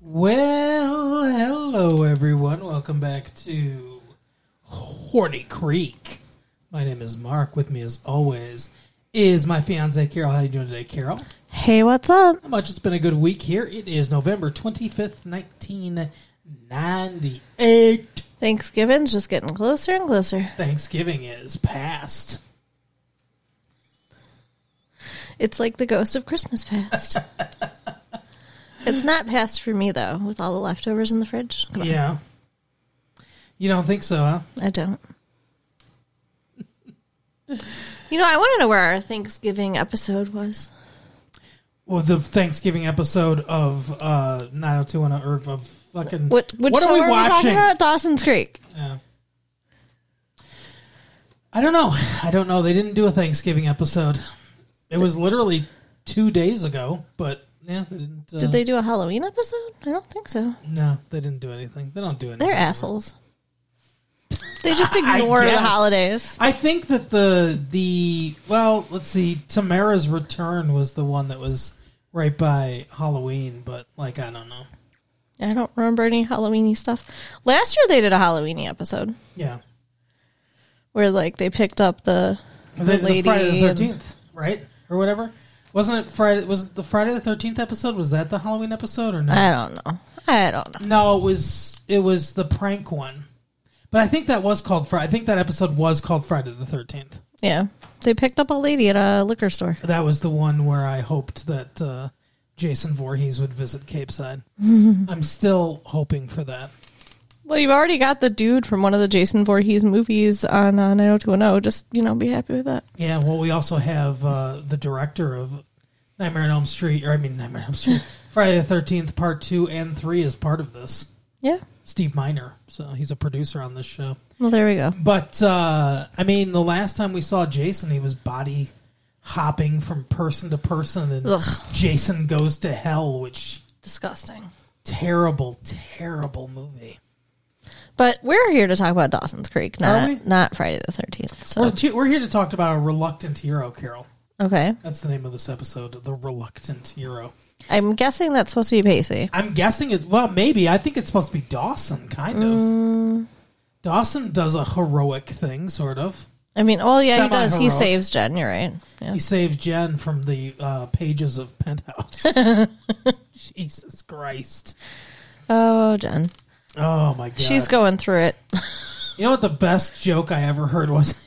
Well, hello everyone. Welcome back to Horty Creek. My name is Mark. With me, as always, is my fiance Carol. How you doing today, Carol? Hey, what's up? Not much. It's been a good week here. It is November twenty fifth, nineteen ninety eight. Thanksgiving's just getting closer and closer. Thanksgiving is past. It's like the ghost of Christmas past. it's not past for me though, with all the leftovers in the fridge. Come on. Yeah. You don't think so, huh? I don't. you know, I want to know where our Thanksgiving episode was. Well, the Thanksgiving episode of uh, 90210 or of fucking. What which what show are we were we talking watching? about? Dawson's Creek. Yeah. I don't know. I don't know. They didn't do a Thanksgiving episode. It was literally two days ago, but yeah, they didn't. Uh, Did they do a Halloween episode? I don't think so. No, they didn't do anything. They don't do anything. They're assholes. They just I ignore the guess. holidays. I think that the the well, let's see. Tamara's return was the one that was right by Halloween, but like I don't know. I don't remember any Halloweeny stuff. Last year they did a Halloweeny episode. Yeah, where like they picked up the the, They did lady. Friday the and- Thirteenth, right, or whatever. Wasn't it Friday? Was it the Friday the Thirteenth episode? Was that the Halloween episode or no? I don't know. I don't know. No, it was it was the prank one. But I think that was called Friday. I think that episode was called Friday the Thirteenth. Yeah, they picked up a lady at a liquor store. That was the one where I hoped that uh, Jason Voorhees would visit Cape Side. I'm still hoping for that. Well, you've already got the dude from one of the Jason Voorhees movies on uh, 90210. Just you know, be happy with that. Yeah. Well, we also have uh, the director of Nightmare on Elm Street, or I mean Nightmare on Elm Street, Friday the Thirteenth Part Two and Three is part of this. Yeah. Steve Miner, so he's a producer on this show. Well, there we go. But uh, I mean, the last time we saw Jason, he was body hopping from person to person, and Ugh. Jason goes to hell, which Disgusting. terrible, terrible movie. But we're here to talk about Dawson's Creek, not we? not Friday the Thirteenth. So We're, t- we're here to talk about a reluctant hero, Carol. okay, That's the name of this episode, the reluctant hero. I'm guessing that's supposed to be Pacey. I'm guessing it. Well, maybe I think it's supposed to be Dawson, kind of. Mm. Dawson does a heroic thing, sort of. I mean, oh yeah, he does. He Semi-heroic. saves Jen. You're right. Yeah. He saved Jen from the uh, pages of Penthouse. Jesus Christ. Oh, Jen, Oh my god. she's going through it, you know what the best joke I ever heard was?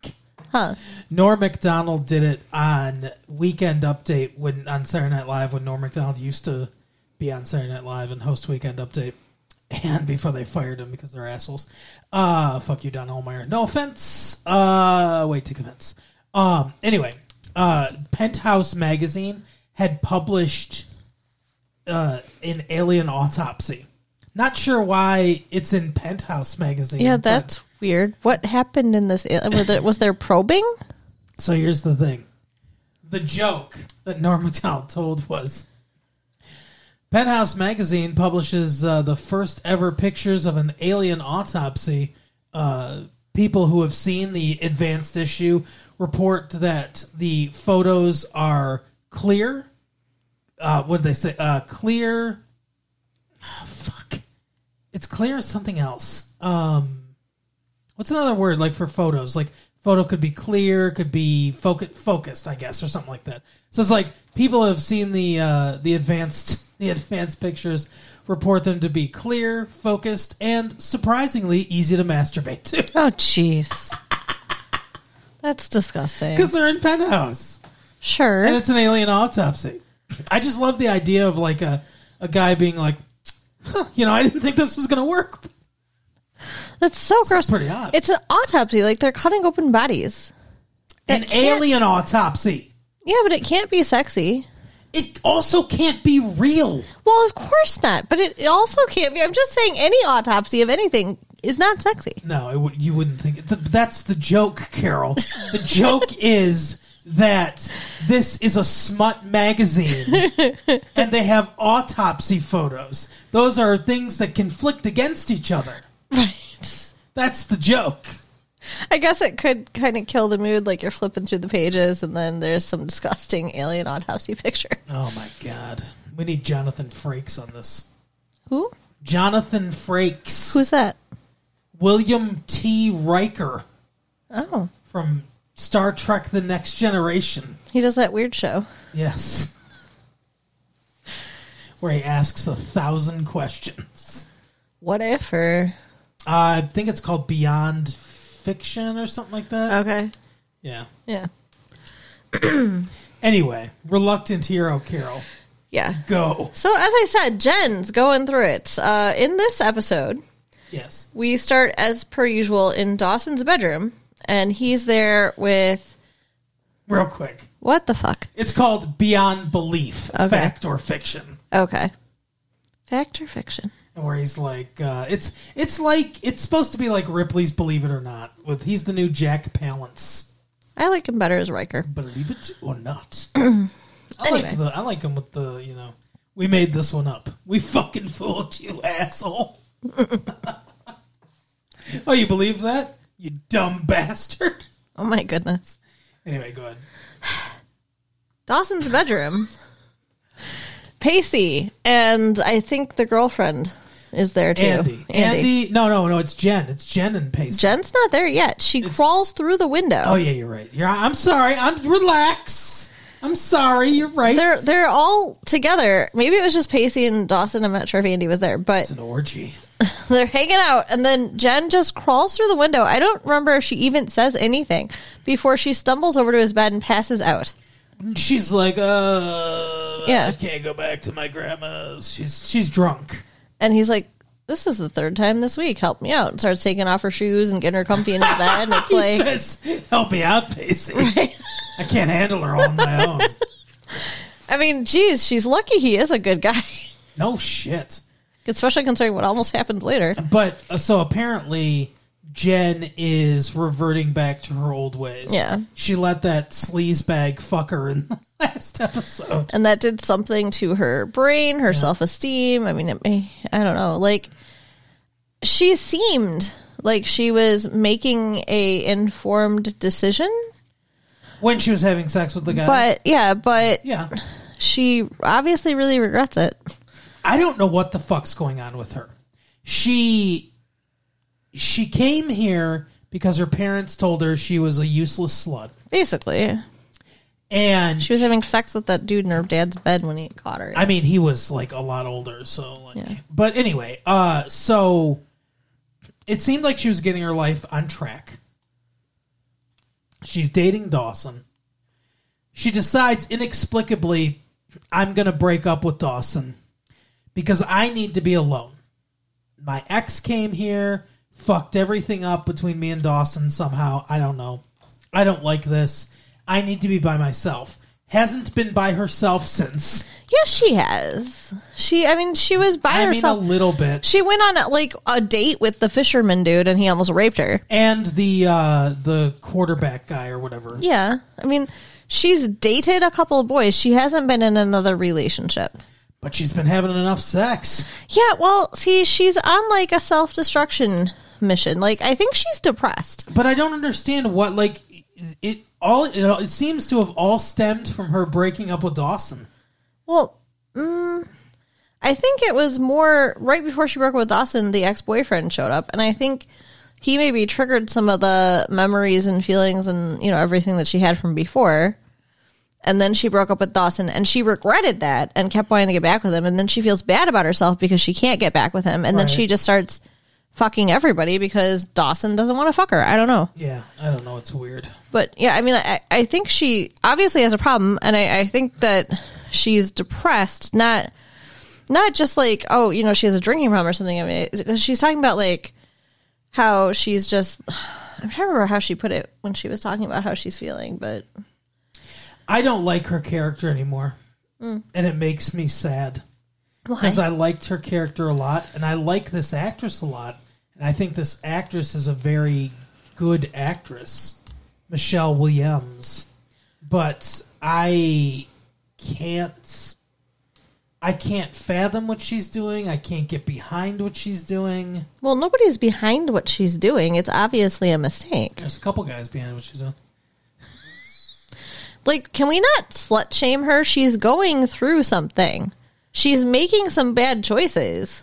huh? Norm MacDonald did it on Weekend Update when on Saturday Night Live when Norm MacDonald used to be on Saturday Night Live and host Weekend Update. And before they fired him because they're assholes. Uh fuck you, Don Olmeyer. No offense. Uh wait, take offense. Um anyway, uh Penthouse magazine had published uh an alien autopsy. Not sure why it's in Penthouse magazine. Yeah, but- that's weird. What happened in this? Was there, was there probing? So here's the thing. The joke that Norm MacDonald told was Penthouse Magazine publishes uh, the first ever pictures of an alien autopsy. Uh, people who have seen the advanced issue report that the photos are clear. Uh, what did they say? Uh, clear. Ah, fuck. It's clear as something else. Um, what's another word like for photos? Like photo could be clear, could be foc- focused, I guess, or something like that. So it's like people have seen the uh, the advanced the advanced pictures report them to be clear, focused, and surprisingly easy to masturbate to Oh, jeez, that's disgusting. because they're in penthouse and Sure, it's an alien autopsy. I just love the idea of like a a guy being like, huh, you know, I didn't think this was gonna work. that's so gross. pretty odd. It's an autopsy. Like they're cutting open bodies. An can't- alien autopsy. Yeah, but it can't be sexy. It also can't be real. Well, of course not. But it, it also can't be. I'm just saying, any autopsy of anything is not sexy. No, it would- you wouldn't think. It. Th- that's the joke, Carol. The joke is that this is a smut magazine, and they have autopsy photos. Those are things that conflict against each other. Right. That's the joke. I guess it could kind of kill the mood. Like you're flipping through the pages, and then there's some disgusting alien autopsy picture. Oh my god, we need Jonathan Frakes on this. Who? Jonathan Frakes, Who's that? William T. Riker Oh, from Star Trek: The Next Generation. he does that weird show. Yes, where he asks a thousand questions. Uh, What if or I think it's called Beyond Fiction or something like that. okay? Yeah. Yeah, Anyway, reluctant hero Carol, yeah. go. So as I said, Jen's going through it. Uh, in this episode, Yes. we start as per usual in Dawson's bedroom, and he's there with Real quick. what the fuck? It's called Beyond Belief, Okay. Fact or Fiction. Okay, fact or fiction? And Where he's like, uh, it's it's like it's supposed to be like Ripley's Believe It or Not. With he's the new Jack Palance. I like him better as Riker. Believe it or not. I Anyway. like the I like him with the you know we made this one up. We fucking fooled you, asshole. oh, you believe that? You dumb bastard. Oh my goodness. Anyway, go ahead. Dawson's bedroom. Pacey and I think the girlfriend is there too. Andy. Andy. No, no, no. It's Jen. It's Jen and Pace. Jen's not there yet. She crawls through the window. Oh yeah, you're right. You're, I'm sorry. I'm relax. I'm sorry. You're right. They're they're all together. Maybe it was just Pacey and Dawson. I'm not sure if Andy was there, but it's an orgy. they're hanging out. And then Jen just crawls through the window. I don't remember if she even says anything before she stumbles over to his bed and passes out. She's like, uh, Yeah. I can't go back to my grandma's. She's she's drunk. And he's like, "This is the third time this week. Help me out." And starts taking off her shoes and getting her comfy in his bed. And it's He like, says, "Help me out, Pacey. I can't handle her on my own." I mean, geez, she's lucky he is a good guy, No shit. especially considering what almost happens later. But uh, so apparently, Jen is reverting back to her old ways. Yeah. she let that sleaze bag fuck her in the last episode. And that did something to her brain, her self esteem. I mean, it may, I don't know. Like, she seemed like she was making a informed decision, when she was having sex with the guy. but yeah, but yeah, she obviously really regrets it. I don't know what the fuck's going on with her. She she came here because her parents told her she was a useless slut, Basically, and she was having sex with that dude in her dad's bed when he caught her. I mean he was like a lot older, so like. But anyway, uh, so it seemed like she was getting her life on track. She's dating Dawson. She decides inexplicably, I'm going to break up with Dawson because I need to be alone. My ex came here, fucked everything up between me and Dawson somehow. I don't know. I don't like this. I need to be by myself. Hasn't been by herself since. yes, she has. She, I mean, she was by I herself. mean, a little bit. She went on like a date with the fisherman dude, and he almost raped her. and the uh, the quarterback guy or whatever. Yeah, I mean, she's dated a couple of boys. She hasn't been in another relationship. But she's been having enough sex. Yeah, well, see, she's on like a self destruction mission. Like, I think she's depressed. But I don't understand what like it all. It, all- it seems to have all stemmed from her breaking up with Dawson. Well, mm, I think it was more right before she broke up with Dawson. The ex boyfriend showed up, and I think he maybe triggered some of the memories and feelings and you know everything that she had from before. And then she broke up with Dawson, and she regretted that and kept wanting to get back with him. And then she feels bad about herself because she can't get back with him. And then Right. she just starts fucking everybody because Dawson doesn't want to fuck her. I don't know. Yeah, I don't know. It's weird. But yeah, I mean, I, I think she obviously has a problem, and I, I think that she's depressed. Not, not just like oh, you know, she has a drinking problem or something. I mean, it- she's talking about like how she's just. I'm trying to remember how she put it when she was talking about how she's feeling, but I don't like her character anymore, and it makes me sad because I liked her character a lot, and I like this actress a lot, and I think this actress is a very good actress, Michelle Williams. But I can't, I can't fathom what she's doing. I can't get behind what she's doing. well, nobody's behind what she's doing. It's obviously a mistake. There's a couple guys behind what she's doing. Like, can we not slut shame her? She's going through something. She's making some bad choices.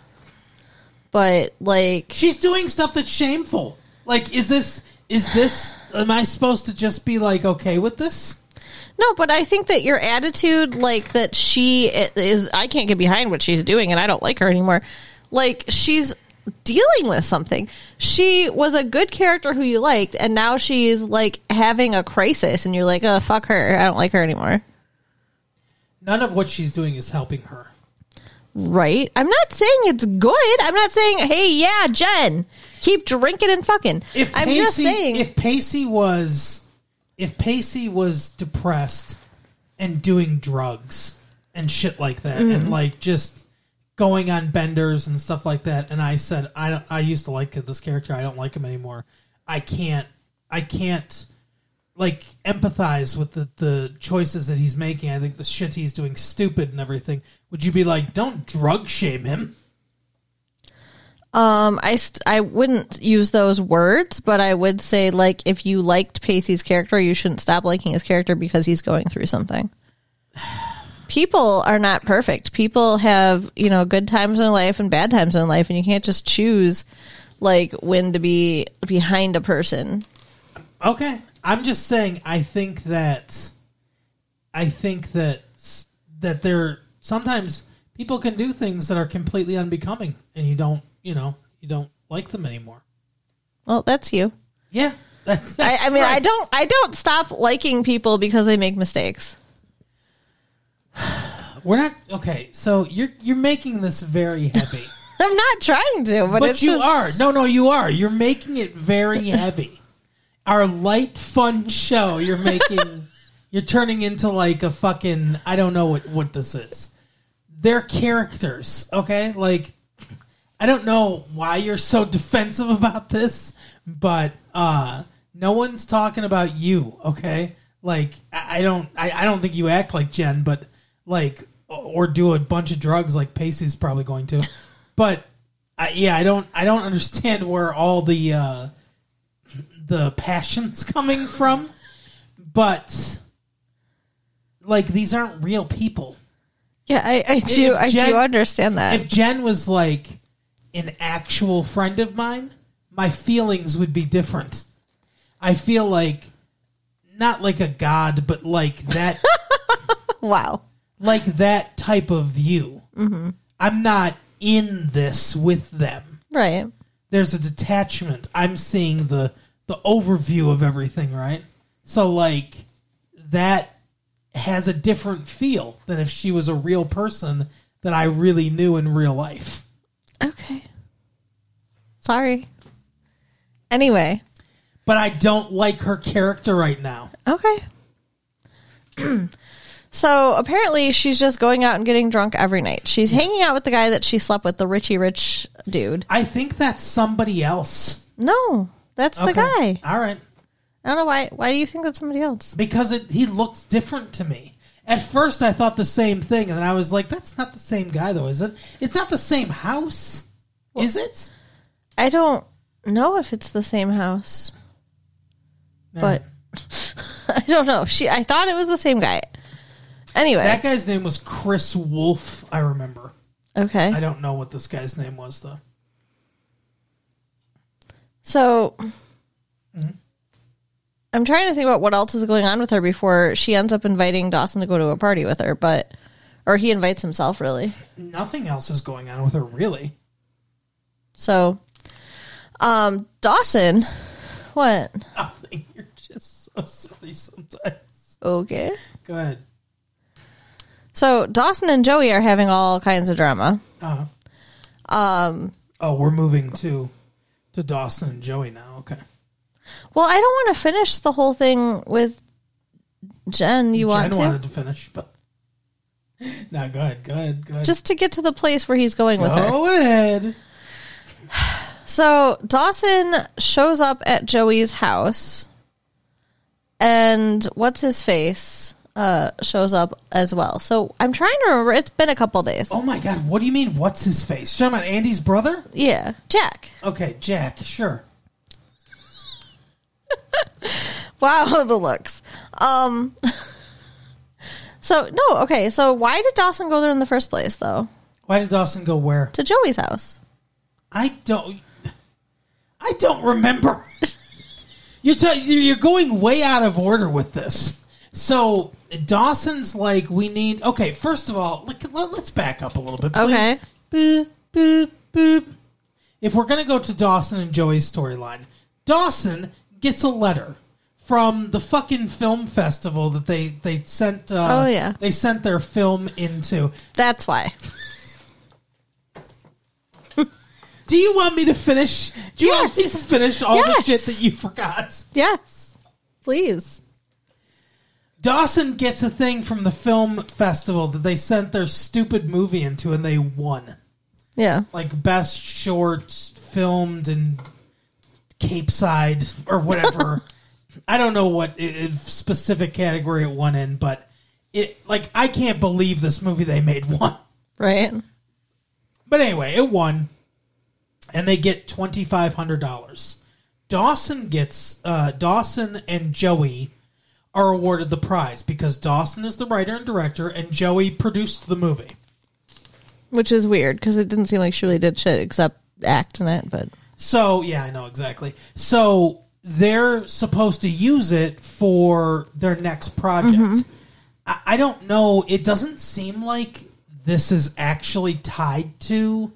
but like She's doing stuff that's shameful. Like, is this is this? Am I supposed to just be like okay with this? No, but I think that your attitude, like that she is, I can't get behind what she's doing, and I don't like her anymore. Like she's dealing with something. She was a good character who you liked, and now she's like having a crisis, and you're like, oh fuck her, I don't like her anymore. None of what she's doing is helping her. Right? I'm not saying it's good. I'm not saying, hey, yeah, Jen, keep drinking and fucking. If I'm Pacey, just saying, if Pacey was if Pacey was depressed and doing drugs and shit like that, Mm-hmm. and like just going on benders and stuff like that, and I said I don't, I used to like this character, I don't like him anymore. I can't I can't like empathize with the, the choices that he's making. I think the shit he's doing stupid and everything. Would you be like, don't drug shame him? Um, I st- I wouldn't use those words, but I would say like if you liked Pacey's character, you shouldn't stop liking his character because he's going through something. People are not perfect. People have you know good times in life and bad times in life, and you can't just choose like when to be behind a person. Okay. I'm just saying I think that I think that s- that there sometimes people can do things that are completely unbecoming and you don't, you know, you don't like them anymore. Well, that's you. Yeah. That's, I, that's I mean, I right. don't I don't stop liking people because they make mistakes. We're not okay. So you're you're making this very heavy. I'm not trying to, but, but it's you just- are. No, no, you are. You're making it very heavy. Our light, fun show. You're making. you're turning into like a fucking. I don't know what what this is. They're characters, okay? Like, I don't know why you're so defensive about this, but uh no one's talking about you, okay? Like, I, I don't. I, I don't think you act like Jen, but like, or do a bunch of drugs like Pacey's probably going to, but. I, yeah, I don't I don't understand where all the uh, the passions coming from, but like these aren't real people. Yeah, I, I do. I Jen- do understand that. If Jen was like an actual friend of mine, my feelings would be different. I feel like not like a god, but like that wow. like that type of view. Mm-hmm. I'm not in this with them. Right. there's a detachment. I'm seeing the the overview of everything, right? So like that has a different feel than if she was a real person that I really knew in real life. Okay. Sorry. Anyway. But I don't like her character right now. Okay. so apparently she's just going out and getting drunk every night. She's hanging out with the guy that she slept with, the Richie Rich dude. I think that's somebody else. No, that's the guy. All right. I don't know why. Why do you think that's somebody else? Because it, he looks different to me. At first I thought the same thing and then I was like that's not the same guy though, is it? It's not the same house. is it? I don't know if it's the same house, but I don't know. She. I thought it was the same guy. Anyway. That guy's name was Chris Wolf, I remember. okay. I don't know what this guy's name was though. So I'm trying to think about what else is going on with her before she ends up inviting Dawson to go to a party with her, but or he invites himself really. Nothing else is going on with her really. So um Dawson what? Nothing. Oh, You're just so silly sometimes. Okay. Go ahead. So Dawson and Joey are having all kinds of drama. Uh-huh. Um Um, Oh, we're moving to to Dawson and Joey now. Okay. Well, I don't want to finish the whole thing with Jen. You Jen want to? wanted to finish, but No, go ahead, go ahead, go ahead. Just to get to the place where he's going with her. go ahead. So Dawson shows up at Joey's house, and what's his face uh, shows up as well. So I'm trying to remember. It's been a couple days. Oh my god, what do you mean what's his face? You're talking about Andy's brother? Yeah, Jack. Okay, Jack, sure. Wow, the looks. Um. so no, okay. So why did Dawson go there in the first place, though? Why did Dawson go where? To Joey's house. I don't. I don't remember. you're tell you're going way out of order with this. So Dawson's like, we need. Okay, first of all, let, let, us back up a little bit. Please. Okay. Boop boop boop. If we're gonna go to Dawson and Joey's storyline, Dawson gets a letter from the fucking film festival that they they sent. Uh, Oh, yeah. they sent their film into. That's why. Do you want me to finish? Do you want me to Yes. finish all Yes. the shit that you forgot? Yes. Please. Dawson gets a thing from the film festival that they sent their stupid movie into and they won. Yeah. Like best short filmed in Cape Side or whatever. I don't know what i- i- specific category it won in, but it like I can't believe this movie they made won. Right. But anyway, it won, and they get twenty five hundred dollars. Dawson gets uh, Dawson and Joey are awarded the prize because Dawson is the writer and director, and Joey produced the movie. Which is weird because it didn't seem like she really did shit except act in it, but So yeah, I know exactly. So they're supposed to use it for their next project. I, I don't know. It doesn't seem like this is actually tied to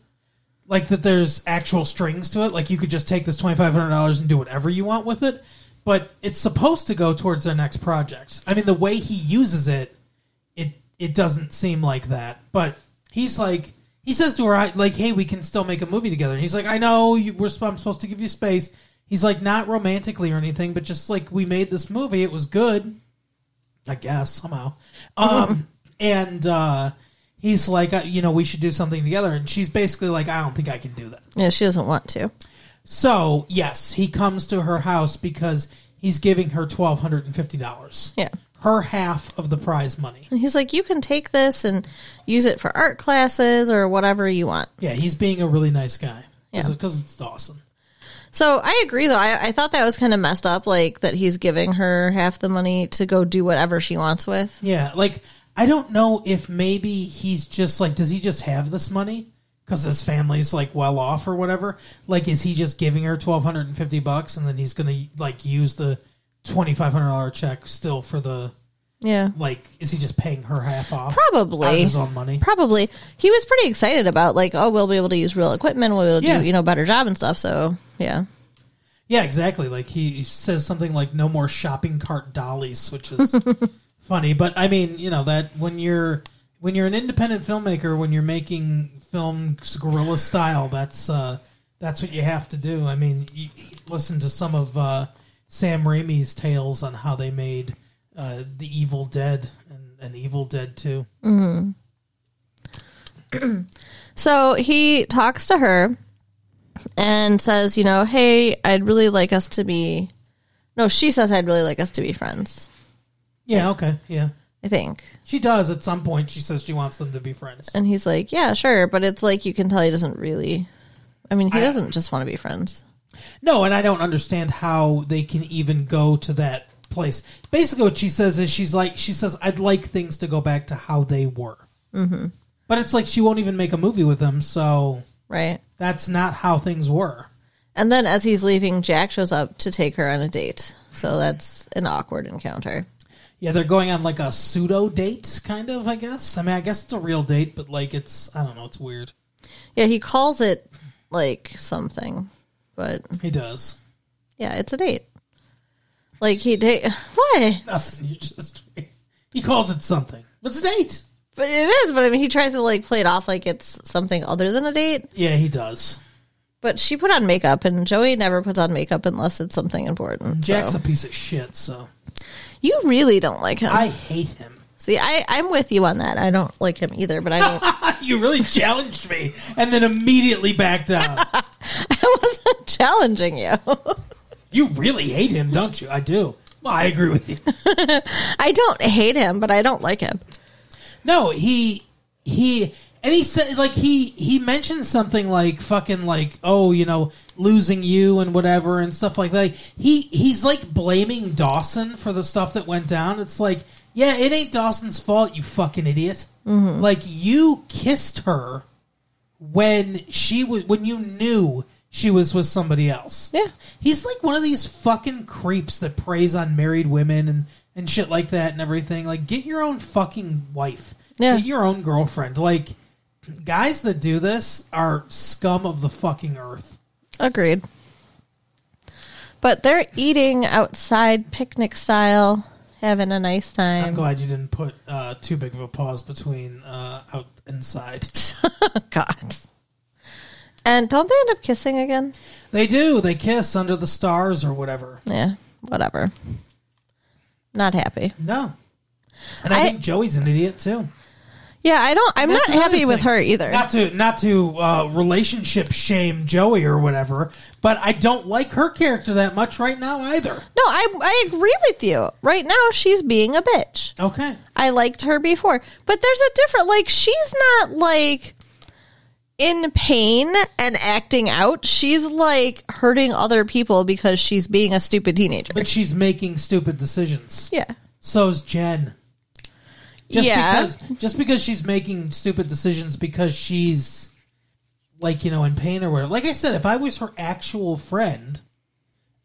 like that. There's actual strings to it. Like you could just take this twenty five hundred dollars and do whatever you want with it. But it's supposed to go towards their next project. I mean, the way he uses it, it it doesn't seem like that. But he's like, he says to her, I, like, hey, we can still make a movie together. And he's like, I know you, we're sp- I'm supposed to give you space. He's like, not romantically or anything, but just like we made this movie, it was good, I guess somehow. Um, and uh, he's like, uh, you know, we should do something together. And she's basically like, I don't think I can do that. yeah, she doesn't want to. So yes, he comes to her house because he's giving her twelve hundred and fifty dollars. Yeah. her half of the prize money. And he's like, you can take this and use it for art classes or whatever you want. Yeah, he's being a really nice guy. Yeah. because it's Dawson. So I agree, though. I, I thought that was kind of messed up, like that he's giving her half the money to go do whatever she wants with. Yeah, like I don't know if maybe he's just like, does he just have this money because his family's like well off or whatever? Like, is he just giving her twelve hundred and fifty bucks and then he's gonna like use the twenty five hundred dollar check still for the Yeah. like? Is he just paying her half off? Probably. out of his own money. Probably. He was pretty excited about, like, oh, we'll be able to use real equipment. We'll be able to Yeah. do, you know, better job and stuff. So, yeah. Yeah, exactly. Like he says something like "no more shopping cart dollies," which is funny. But I mean, you know that when you're when you're an independent filmmaker, when you're making films guerrilla style, that's uh, that's what you have to do. I mean, you, you listen to some of uh, Sam Raimi's tales on how they made uh, the Evil Dead and, and Evil Dead Two. So he talks to her and says, you know, hey, I'd really like us to be. No, she says, I'd really like us to be friends, Yeah. Okay. Yeah. I think. She does at some point. She says she wants them to be friends. And he's like, yeah, sure. But it's like, you can tell he doesn't really. I mean, he I- doesn't just want to be friends. No, and I don't understand how they can even go to that place. Basically, what she says is she's like, she says, I'd like things to go back to how they were. Mm-hmm. But it's like she won't even make a movie with them, so Right. that's not how things were. And then as he's leaving, Jack shows up to take her on a date. So that's an awkward encounter. Yeah, they're going on like a pseudo date, kind of, I guess. I mean, I guess it's a real date, but like it's, I don't know, it's weird. Yeah, he calls it like something, but He does. yeah, it's a date. Like he date what? Nothing. You just, he calls it something. It's a date. But it is, but I mean he tries to like play it off like it's something other than a date. Yeah, he does. But she put on makeup and Joey never puts on makeup unless it's something important. So. Jack's a piece of shit, so. You really don't like him. I hate him. See, I, I'm with you on that. I don't like him either, but I don't You really challenged me and then immediately backed out. I wasn't challenging you. you really hate him, don't you? I do. Well, I agree with you. I don't hate him, but I don't like him. No, he he and he said like he he mentioned something like fucking like oh, you know, losing you and whatever and stuff like that. He he's like blaming Dawson for the stuff that went down. It's like, yeah, it ain't Dawson's fault, you fucking idiot. Like you kissed her when she was when you knew she was with somebody else. Yeah. He's like one of these fucking creeps that preys on married women and and shit like that and everything. Like get your own fucking wife. Yeah. Get your own girlfriend. Like guys that do this are scum of the fucking earth. Agreed. But they're eating outside picnic style, having a nice I'm, time. glad you didn't put uh, too big of a pause between uh, out and side. God. And don't they end up kissing again? They do. They kiss under the stars or whatever. Yeah, whatever. Not happy. No. And I, I- think Joey's an idiot too. Yeah, I don't. I'm That's not another happy with thing. her either. Not to not to uh, relationship shame Joey or whatever, but I don't like her character that much right now either. no, I I agree with you. Right now, she's being a bitch. Okay. I liked her before. But there's a different like she's not like in pain and acting out. She's like hurting other people because she's being a stupid teenager. But she's making stupid decisions. Yeah. So's Jen. Just Yeah. because just because she's making stupid decisions because she's like, you know, in pain or whatever. Like I said, if I was her actual friend,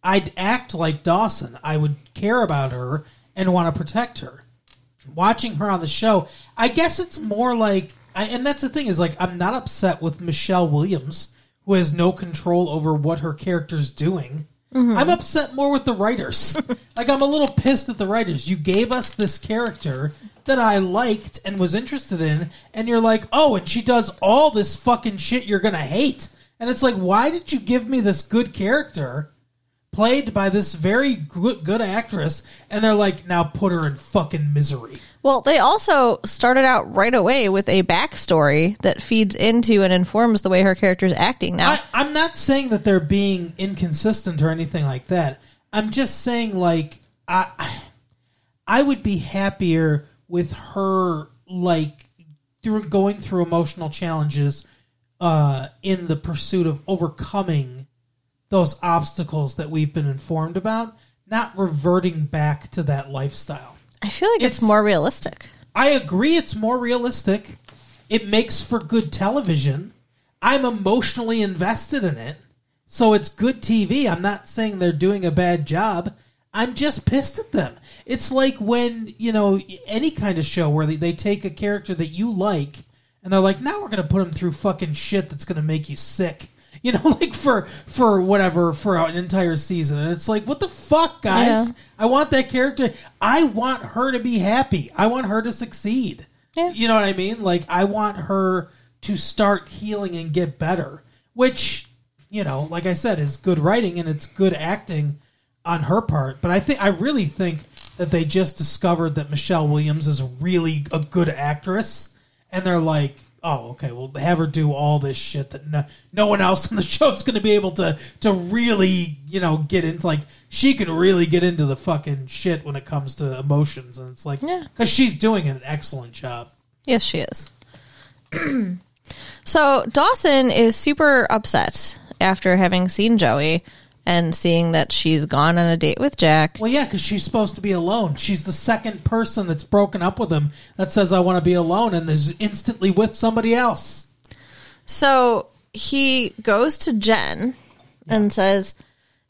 I'd act like Dawson. I would care about her and want to protect her. Watching her on the show, I guess it's more like I, and that's the thing is like I'm not upset with Michelle Williams who has no control over what her character's doing. I'm upset more with the writers. like I'm a little pissed at the writers. You gave us this character that I liked and was interested in and you're like, "Oh, and she does all this fucking shit you're going to hate." And it's like, "Why did you give me this good character?" played by this very good, good actress, and they're like, now put her in fucking misery. Well, they also started out right away with a backstory that feeds into and informs the way her character's acting now. I, I'm not saying that they're being inconsistent or anything like that. I'm just saying, like, I, I would be happier with her, like, through going through emotional challenges uh, in the pursuit of overcoming those obstacles that we've been informed about, not reverting back to that lifestyle. I feel like it's, it's- more realistic. I agree it's more realistic. It makes for good television. I'm emotionally invested in it. So it's good TV. I'm not saying they're doing a bad job. I'm just pissed at them. It's like when, you know, any kind of show where they, they take a character that you like and they're like, now we're going to put him through fucking shit that's going to make you sick. You know, like for for whatever for an entire season, and it's like, what the fuck, guys? Yeah. I want that character. I want her to be happy. I want her to succeed. Yeah. You know what I mean? Like I want her to start healing and get better, which you know, like I said, is good writing and it's good acting on her part. But I think I really think that they just discovered that Michelle Williams is really a good actress, and they're like, "Oh, okay, we'll have her do all this shit that no, no one else on the show is going to be able to to really, you know, get into. Like, she can really get into the fucking shit when it comes to emotions, and it's like, Yeah. because she's doing an excellent job. Yes, she is. so Dawson is super upset after having seen Joey and seeing that she's gone on a date with Jack. Well, yeah, because she's supposed to be alone. She's the second person that's broken up with him that says, "I want to be alone," and is instantly with somebody else. So he goes to Jen and says,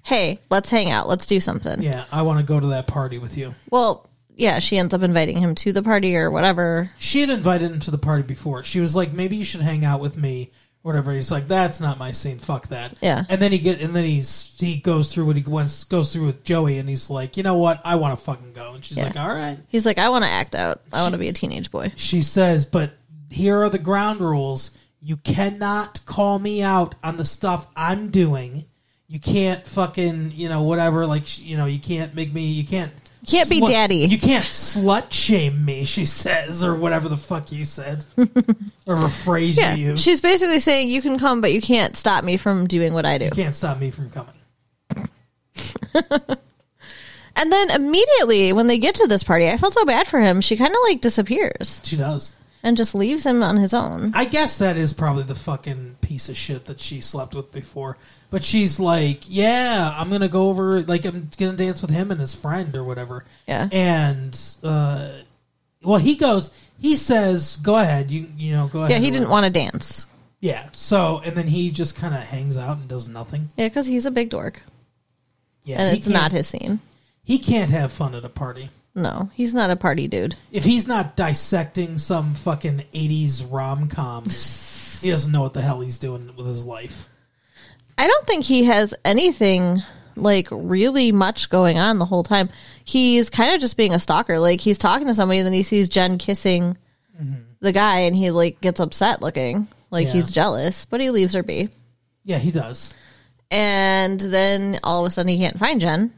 Hey, let's hang out. Let's do something. Yeah, I want to go to that party with you. Well, yeah, she ends up inviting him to the party or whatever. She had invited him to the party before. She was like, "Maybe you should hang out with me." Or whatever. He's like, "That's not my scene. Fuck that." Yeah. And then he get and then he's he goes through what he wants goes through with Joey, and he's like, "You know what? I want to fucking go." And she's Yeah. like, "All right." He's like, I want to act out. I want to be a teenage boy. She says, "But here are the ground rules. You cannot call me out on the stuff I'm doing. You can't fucking, you know, whatever. Like, sh- you know, you can't make me. You can't." Can't be daddy. You can't slut shame me, she says, or whatever the fuck you said, or a phrase Yeah. you used. She's basically saying, You can come, but you can't stop me from doing what I do. Can't stop me from coming. And then immediately when they get to this party, I felt so bad for him. She kind of like disappears She does. and just leaves him on his own. I guess that is probably the fucking piece of shit that she slept with before. But she's like, yeah, I'm gonna go over, like, I'm gonna dance with him and his friend or whatever. Yeah. And, uh, well, he goes, he says, go ahead, you you know, go ahead. Yeah, he or didn't whatever. want to dance. Yeah. So, and then he just kind of hangs out and does nothing. Yeah, because he's a big dork, Yeah. and he it's not can't- his scene. He can't have fun at a party. No, he's not a party dude. If he's not dissecting some fucking 80s rom com, he doesn't know what the hell he's doing with his life. I don't think he has anything like really much going on the whole time. He's kind of just being a stalker. Like he's talking to somebody, and then he sees Jen kissing the guy, and he like gets upset looking, like Mm-hmm. Yeah. he's jealous, but he leaves her be. Yeah, he does. And then all of a sudden, he can't find Jen.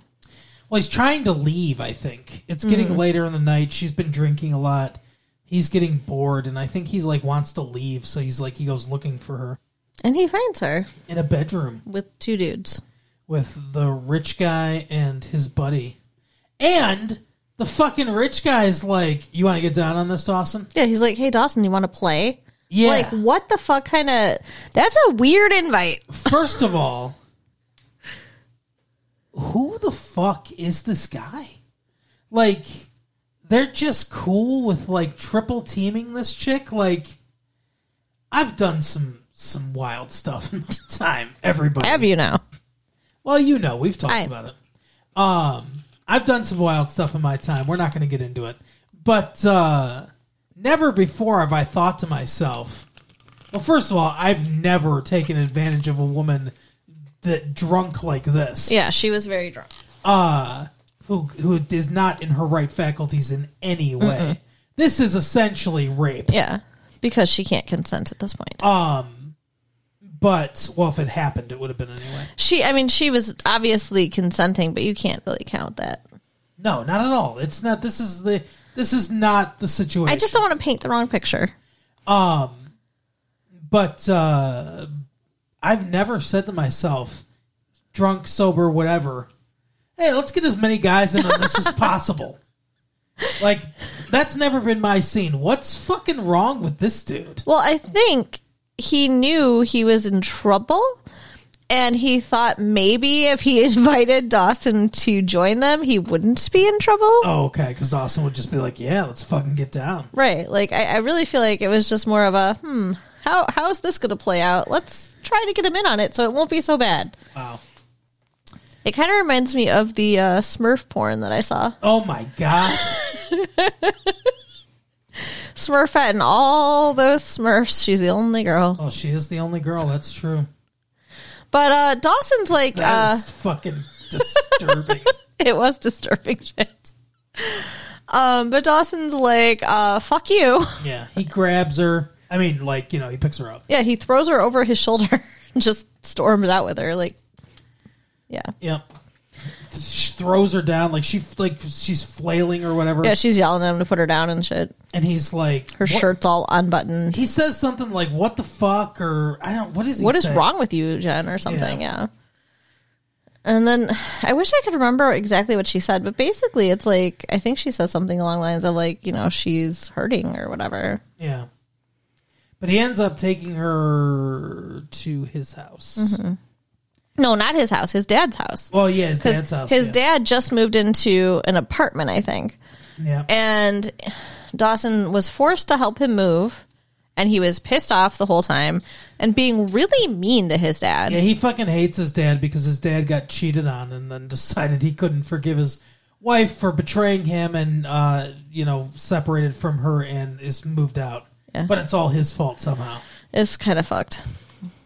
Well, he's trying to leave, I think. It's getting later in the night. She's been drinking a lot. He's getting bored, and I think he's like wants to leave, so he's like, he goes looking for her And he finds her in a bedroom with two dudes. with the rich guy and his buddy. And the fucking rich guy's like, You want to get down on this, Dawson? Yeah, he's like, "Hey Dawson, you want to play?" Yeah. Like, what the fuck kind of? That's a weird invite. First of all, who the fuck is this guy? Like, they're just cool with like triple teaming this chick. Like, I've done some some wild stuff in my time. Everybody, Have you now? well, you know, we've talked I- about it. Um, I've done some wild stuff in my time. We're not going to get into it, but uh, never before have I thought to myself, "Well, first of all, I've never taken advantage of a woman that drunk like this, Yeah, she was very drunk. uh, who who is not in her right faculties in any way. This is essentially rape." Yeah, because she can't consent at this point. Um, but well, if it happened, it would have been anyway. She, I mean, she was obviously consenting, but you can't really count that. No, not at all. It's not. This is the. This is not the situation. I just don't want to paint the wrong picture. Um, but uh, I've never said to myself, drunk, sober, whatever. Hey, let's get as many guys in on this as possible. Like that's never been my scene. What's fucking wrong with this dude? Well, I think he knew he was in trouble, and he thought maybe if he invited Dawson to join them, he wouldn't be in trouble. Oh, okay, because Dawson would just be like, "Yeah, let's fucking get down." Right. Like I, I really feel like it was just more of a hmm, how how is this gonna play out? Let's try to get him in on it so it won't be so bad. Wow. It kinda reminds me of the uh, Smurf porn that I saw. Oh my gosh. Smurfette and all those Smurfs, she's the only girl. Oh, she is the only girl. That's true. But uh Dawson's like That uh is fucking disturbing. it was disturbing shit. Um, but Dawson's like, uh, fuck you. yeah, he grabs her. I mean, like you know, he picks her up. Yeah, he throws her over his shoulder and just storms out with her. Like, yeah. Yep. She throws her down like she like she's flailing or whatever, Yeah, she's yelling at him to put her down and shit. and he's like Her what- shirt's all unbuttoned. He says something like "What the fuck?" or I don't. What is he What is say? wrong with you, Jen, or something? Yeah. And then I wish I could remember exactly what she said, but basically, it's like I think she says something along the lines of like, you know, she's hurting or whatever. Yeah. But he ends up taking her to his house. Mm-hmm. No, not his house, his dad's house. Well, yeah, his dad's Because house. his yeah. dad just moved into an apartment, I think, Yeah. and Dawson was forced to help him move, and he was pissed off the whole time and being really mean to his dad. yeah, he fucking hates his dad because his dad got cheated on and then decided he couldn't forgive his wife for betraying him and uh, you know separated from her and is moved out. Yeah. But it's all his fault somehow. It's kind of fucked.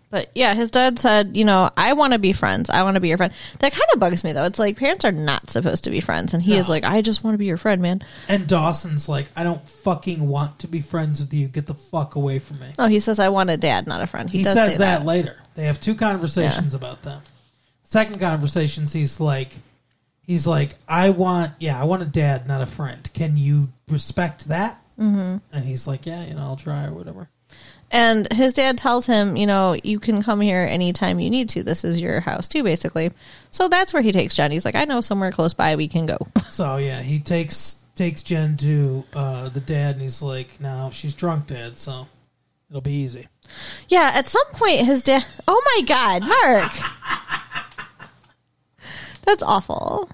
But yeah, his dad said, you know, I want to be friends. I want to be your friend. That kind of bugs me though. It's like parents are not supposed to be friends, and he is No. like, I just want to be your friend, man. And Dawson's like, I don't fucking want to be friends with you. Get the fuck away from me. No, he says, I want a dad, not a friend. He, He does says say that. later. They have two conversations about them. Second conversations, he's like, he's like, I want, yeah, I want a dad, not a friend. Can you respect that? Mm-hmm. And he's like, yeah, you know, I'll try or whatever. And his dad tells him, you know, you can come here anytime you need to. This is your house too, basically. So that's where he takes Jen. He's like, I know somewhere close by we can go. So yeah, he takes takes Jen to uh, the dad, and he's like, no, she's drunk, dad, so it'll be easy. yeah, at some point his dad Oh my god, Mark. that's awful.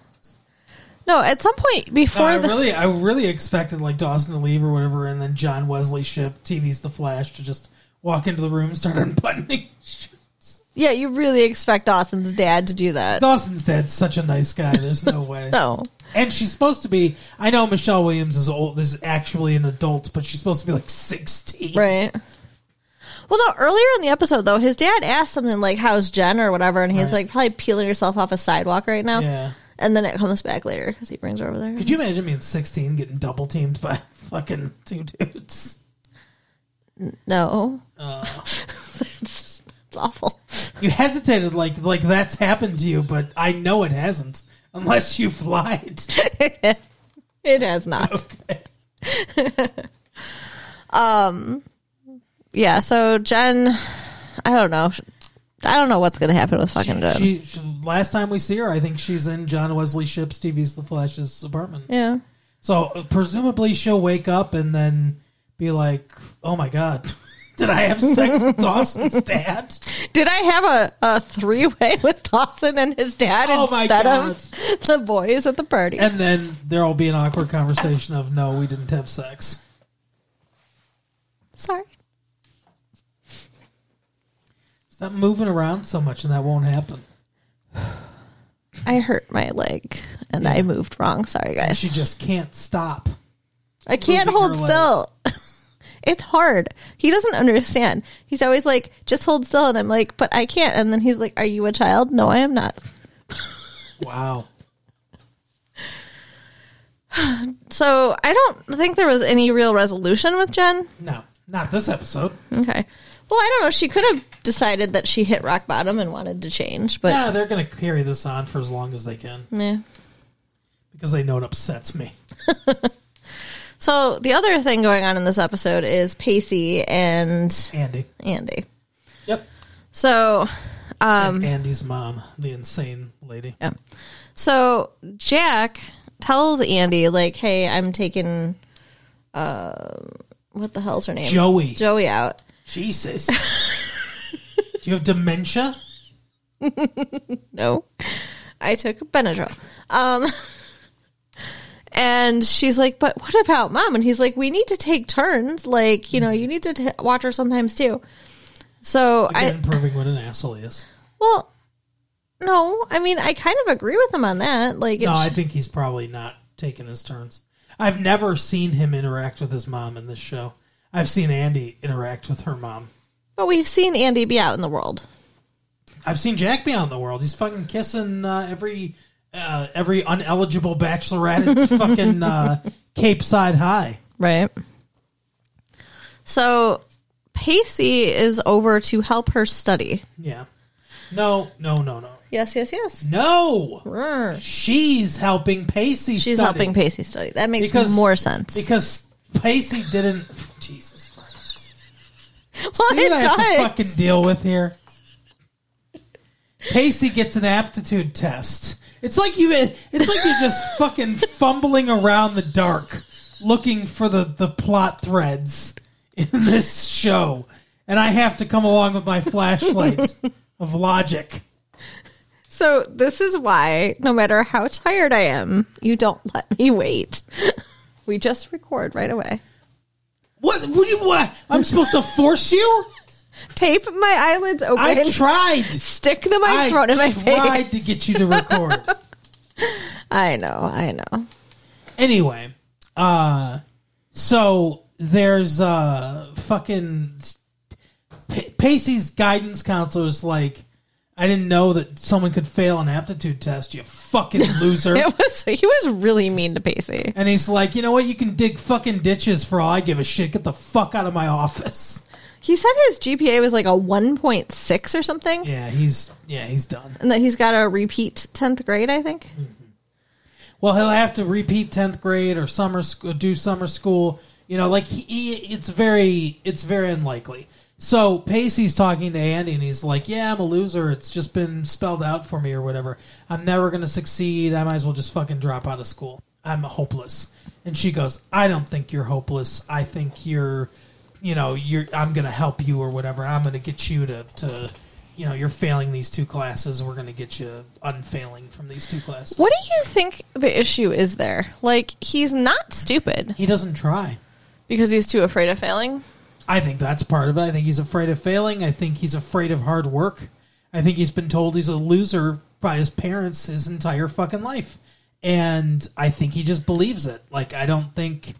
No, at some point No, before I the really, I really expected like Dawson to leave or whatever, and then John Wesley ship TV's The Flash to just walk into the room, start unbuttoning. shirts. Yeah, you really expect Dawson's dad to do that. Dawson's dad's such a nice guy. There's no way. No. And she's supposed to be. I know Michelle Williams is old. Is actually an adult, but she's supposed to be like sixteen. Right. Well, no, earlier in the episode, though, his dad asked something like, How's Jen or whatever? And he's Right. like, Probably peeling herself off a sidewalk right now. Yeah. And then it comes back later because he brings her over there. Could you imagine being sixteen, getting double teamed by fucking two dudes? No. Uh, it's, it's awful. you hesitated like like that's happened to you, but I know it hasn't, unless you've lied. It has not. Okay. Yeah, so Jen, I don't know. I don't know what's going to happen with fucking Jen. She, she, last time we see her, I think she's in John Wesley Shipp, Stevie's The Flash's apartment. yeah. So uh, presumably she'll wake up and then be like, "Oh my god, did I have sex with Dawson's dad?" Did I have a, a three way with Dawson and his dad Oh my instead of the boys at the party? And then there will be an awkward conversation of, "No, we didn't have sex." Sorry. Stop moving around so much, and that won't happen. I hurt my leg and I moved wrong. Sorry, guys. She just can't stop. I can't moving hold her still. it's hard. He doesn't understand. He's always like, just hold still. And I'm like, but I can't. And then he's like, are you a child? No, I am not. Wow. So I don't think there was any real resolution with Jen. No, not this episode. Okay. Well, I don't know. She could have decided that she hit rock bottom and wanted to change, but yeah, they're going to carry this on for as long as they can yeah. because they know it upsets me. So the other thing going on in this episode is Pacey and Andy. Andy. Yep. So, Um, and Andy's mom, the insane lady. yeah. So Jack tells Andy like, "Hey, I'm taking uh what the hell's her name? Joey. Joey out." Jesus. Do you have dementia? No. I took Benadryl. Um And she's like, but what about mom? And he's like, we need to take turns. Like, you know, you need to t- watch her sometimes too. So I, Again, proving what an asshole he is. Well, no, I mean, I kind of agree with him on that. Like, it No, I sh- think he's probably not taking his turns. I've never seen him interact with his mom in this show. I've seen Andy interact with her mom. but we've seen Andy be out in the world. I've seen Jack be on the world. He's fucking kissing uh, every uh, every uneligible bachelorette at fucking uh, Cape Side High. Right. So Pacey is over to help her study. Yeah. No, no, no, no. Yes, yes, yes. No! Brr. She's helping Pacey. She's study. helping Pacey study. That makes more sense. because Pacey didn't. Jesus Christ! well, See it what I have to does. fucking deal with here. Pacey gets an aptitude test. It's like you. It's like you're just fucking fumbling around the dark, looking for the the plot threads in this show, and I have to come along with my flashlight of logic. So this is why, no matter how tired I am, you don't let me wait. we just record right away. What? What? do you, what? I'm supposed to force you? Tape my eyelids open. I tried. stick the microphone I in my tried face. to get you to record. I know, I know. anyway, uh, so there's uh, fucking P- Pacey's guidance counselor's like, I didn't know that someone could fail an aptitude test. You fucking loser. It was he was really mean to Pacey. and he's like, you know what? You can dig fucking ditches for all I give a shit. Get the fuck out of my office. He said his GPA was like a 1.6 or something, Yeah, he's yeah, he's done. and that he's got to repeat 10th grade, I think. Well, he'll have to repeat tenth grade or summer school, do summer school. You know, like he, he, it's very, it's very unlikely. So Pacey's talking to Andy, and he's like, "Yeah, I'm a loser. It's just been spelled out for me, or whatever. I'm never going to succeed. I might as well just fucking drop out of school. I'm hopeless." And she goes, "I don't think you're hopeless. I think you're, you know, you're. I'm going to help you, or whatever. I'm going to get you to, to, you know, you're failing these two classes. We're going to get you unfailing from these two classes." What do you think the issue is there? Like he's not stupid He doesn't try. because he's too afraid of failing. I think that's part of it. I think he's afraid of failing. I think he's afraid of hard work. I think he's been told he's a loser by his parents his entire fucking life. And I think he just believes it. Like I don't think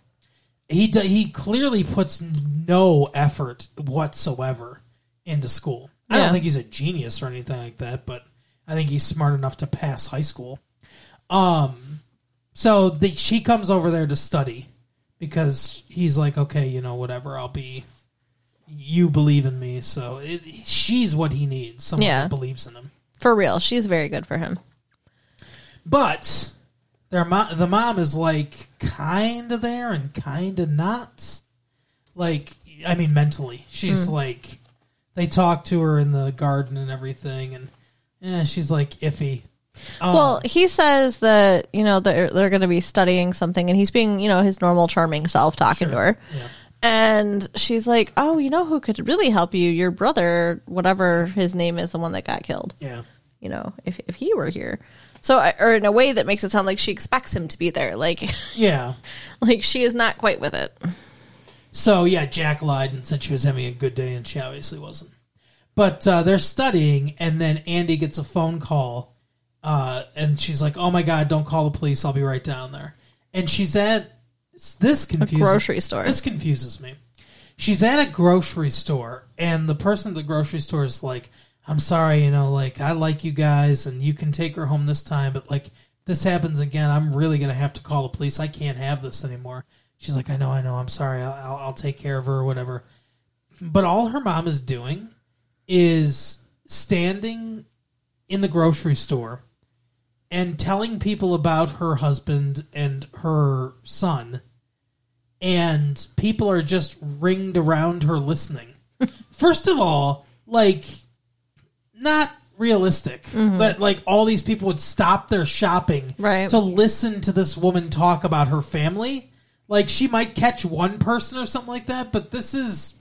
he d- he clearly puts no effort whatsoever into school. I Yeah. don't think he's a genius or anything like that, but I think he's smart enough to pass high school. Um, so the, she comes over there to study because he's like, okay, you know, whatever, I'll be. You believe in me, so it, she's what he needs. Someone Yeah. that believes in him. For real, she's very good for him. But their mo- the mom is like kind of there and kind of not. Like I mean, mentally, she's Hmm. like they talk to her in the garden and everything, and eh, she's like iffy. Um, well, he says that you know they're they're going to be studying something, and he's being you know his normal charming self talking to her. yeah. And she's like, "Oh, you know who could really help you? Your brother, whatever his name is, the one that got killed. yeah, You know, if if he were here." So, I- or in a way that makes it sound like she expects him to be there, like yeah. like she is not quite with it. So yeah, Jack lied and said she was having a good day, and she obviously wasn't. But uh, they're studying, and then Andy gets a phone call, uh, and she's like, "Oh my god, don't call the police! I'll be right down there." And she's at this confuses, grocery store. This confuses me. She's at a grocery store, and the person at the grocery store is like, "I'm sorry, you know, like I like you guys, and you can take her home this time, but like this happens again, I'm really gonna have to call the police. I can't have this anymore." She's like, "I know, I know. I'm sorry. I'll, I'll, I'll take care of her, or whatever." But all her mom is doing is standing in the grocery store and telling people about her husband and her son and people are just ringed around her listening. First of all, like not realistic that like all these people would stop their shopping Right. to listen to this woman talk about her family. Like she might catch one person or something like that, but this is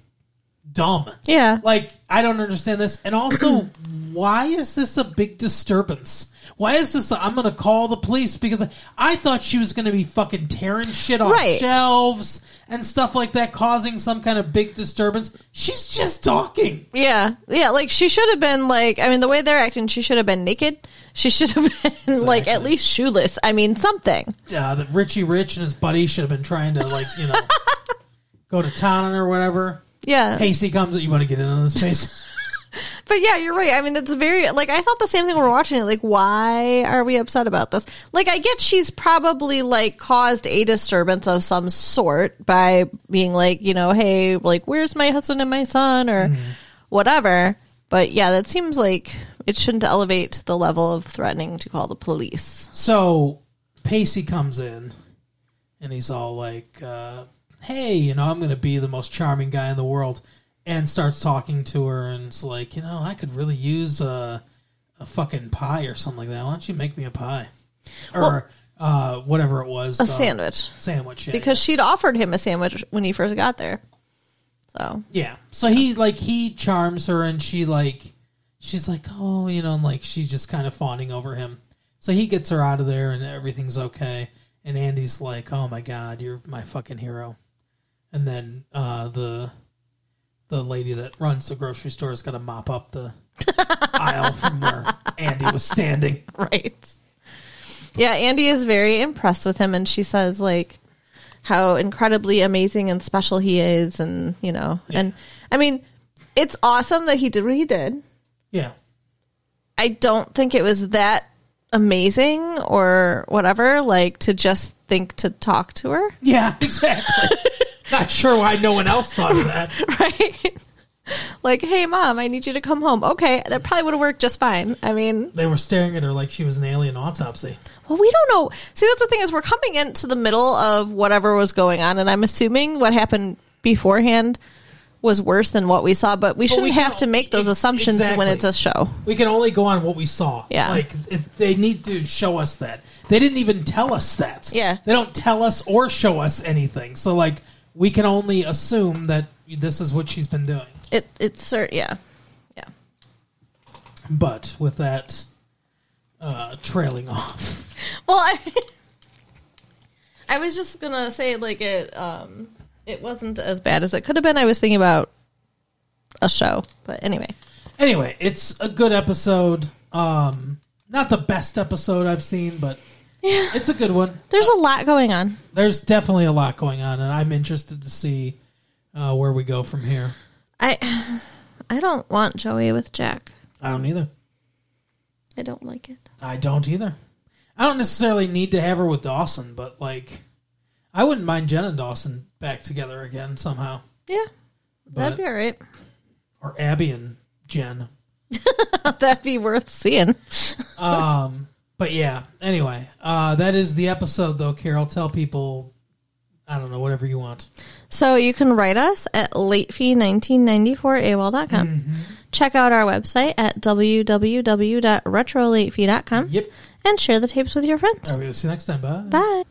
dumb. Yeah, Like, I don't understand this. And also, why is this a big disturbance? Why is this? i am I'm going to call the police because I thought she was going to be fucking tearing shit off Right. shelves and stuff like that, causing some kind of big disturbance. She's just talking. yeah, yeah. Like she should have been like. I mean, the way they're acting, she should have been naked. She should have been like at least shoeless. I mean, something. Uh, that Richie Rich and his buddy should have been trying to, like, you know, go to town on her or whatever. Yeah. Pacey comes. You want to get in on this, Pacey? But yeah, you're right. I mean, that's very like I thought the same thing when we we're watching it. Like, why are we upset about this? Like, I get she's probably like caused a disturbance of some sort by being like, you know, hey, like, where's my husband and my son or whatever. But yeah, that seems like it shouldn't elevate to the level of threatening to call the police. So Pacey comes in and he's all like, uh, hey, you know, I'm going to be the most charming guy in the world. And starts talking to her and it's like, you know, I could really use a, a fucking pie or something like that. Why don't you make me a pie? Or Well- uh, whatever it was. A uh, sandwich, Sandwich. Yeah, because she'd offered him a sandwich when he first got there. So Yeah. So he like he charms her and she like she's like, "Oh, you know, and like she's just kind of fawning over him." So he gets her out of there and everything's okay. And Andy's like, "Oh my god, you're my fucking hero." And then uh the the lady that runs the grocery store has got to mop up the aisle from where Andy was standing. right. Yeah, Andy is very impressed with him, and she says like how incredibly amazing and special he is, and you know, and I mean, it's awesome that he did what he did. Yeah. I don't think it was that amazing or whatever, like to just think to talk to her, Yeah, exactly. Not sure why no one else thought of that. right? like, hey, mom, I need you to come home. Okay, that probably would have worked just fine. I mean, They were staring at her like she was an alien autopsy. Well, we don't know. See, that's the thing is we're coming into the middle of whatever was going on, and I'm assuming what happened beforehand was worse than what we saw. But we shouldn't we have can- to make those e- assumptions when exactly. it's a show. We can only go on what we saw. Yeah. Like, if they need to show us that. They didn't even tell us that. Yeah. They don't tell us or show us anything. So, like, we can only assume that this is what she's been doing. It it's cer- yeah, yeah. But with that uh, trailing off. Well, I I was just gonna say like it um It wasn't as bad as it could have been. I was thinking about a show, but anyway. Anyway, it's a good episode. Um, not the best episode I've seen, but Yeah. it's a good one. There's a lot going on. There's definitely a lot going on, and I'm interested to see uh, where we go from here. I I don't want Joey with Jack. I don't either. I don't like it. I don't either. I don't necessarily need to have her with Dawson, but like, I wouldn't mind Jen and Dawson back together again somehow, Yeah. But- that'd be all right. or Abby and Jen. that'd be worth seeing. Um, but yeah. Anyway, uh, that is the episode, though. Carol, tell people, I don't know, whatever you want. So you can write us at latefee1994 com. Check out our website at www.retrolatefee.com Yep. and share the tapes with your All friends. right. We'll see you next time. Bye. Bye.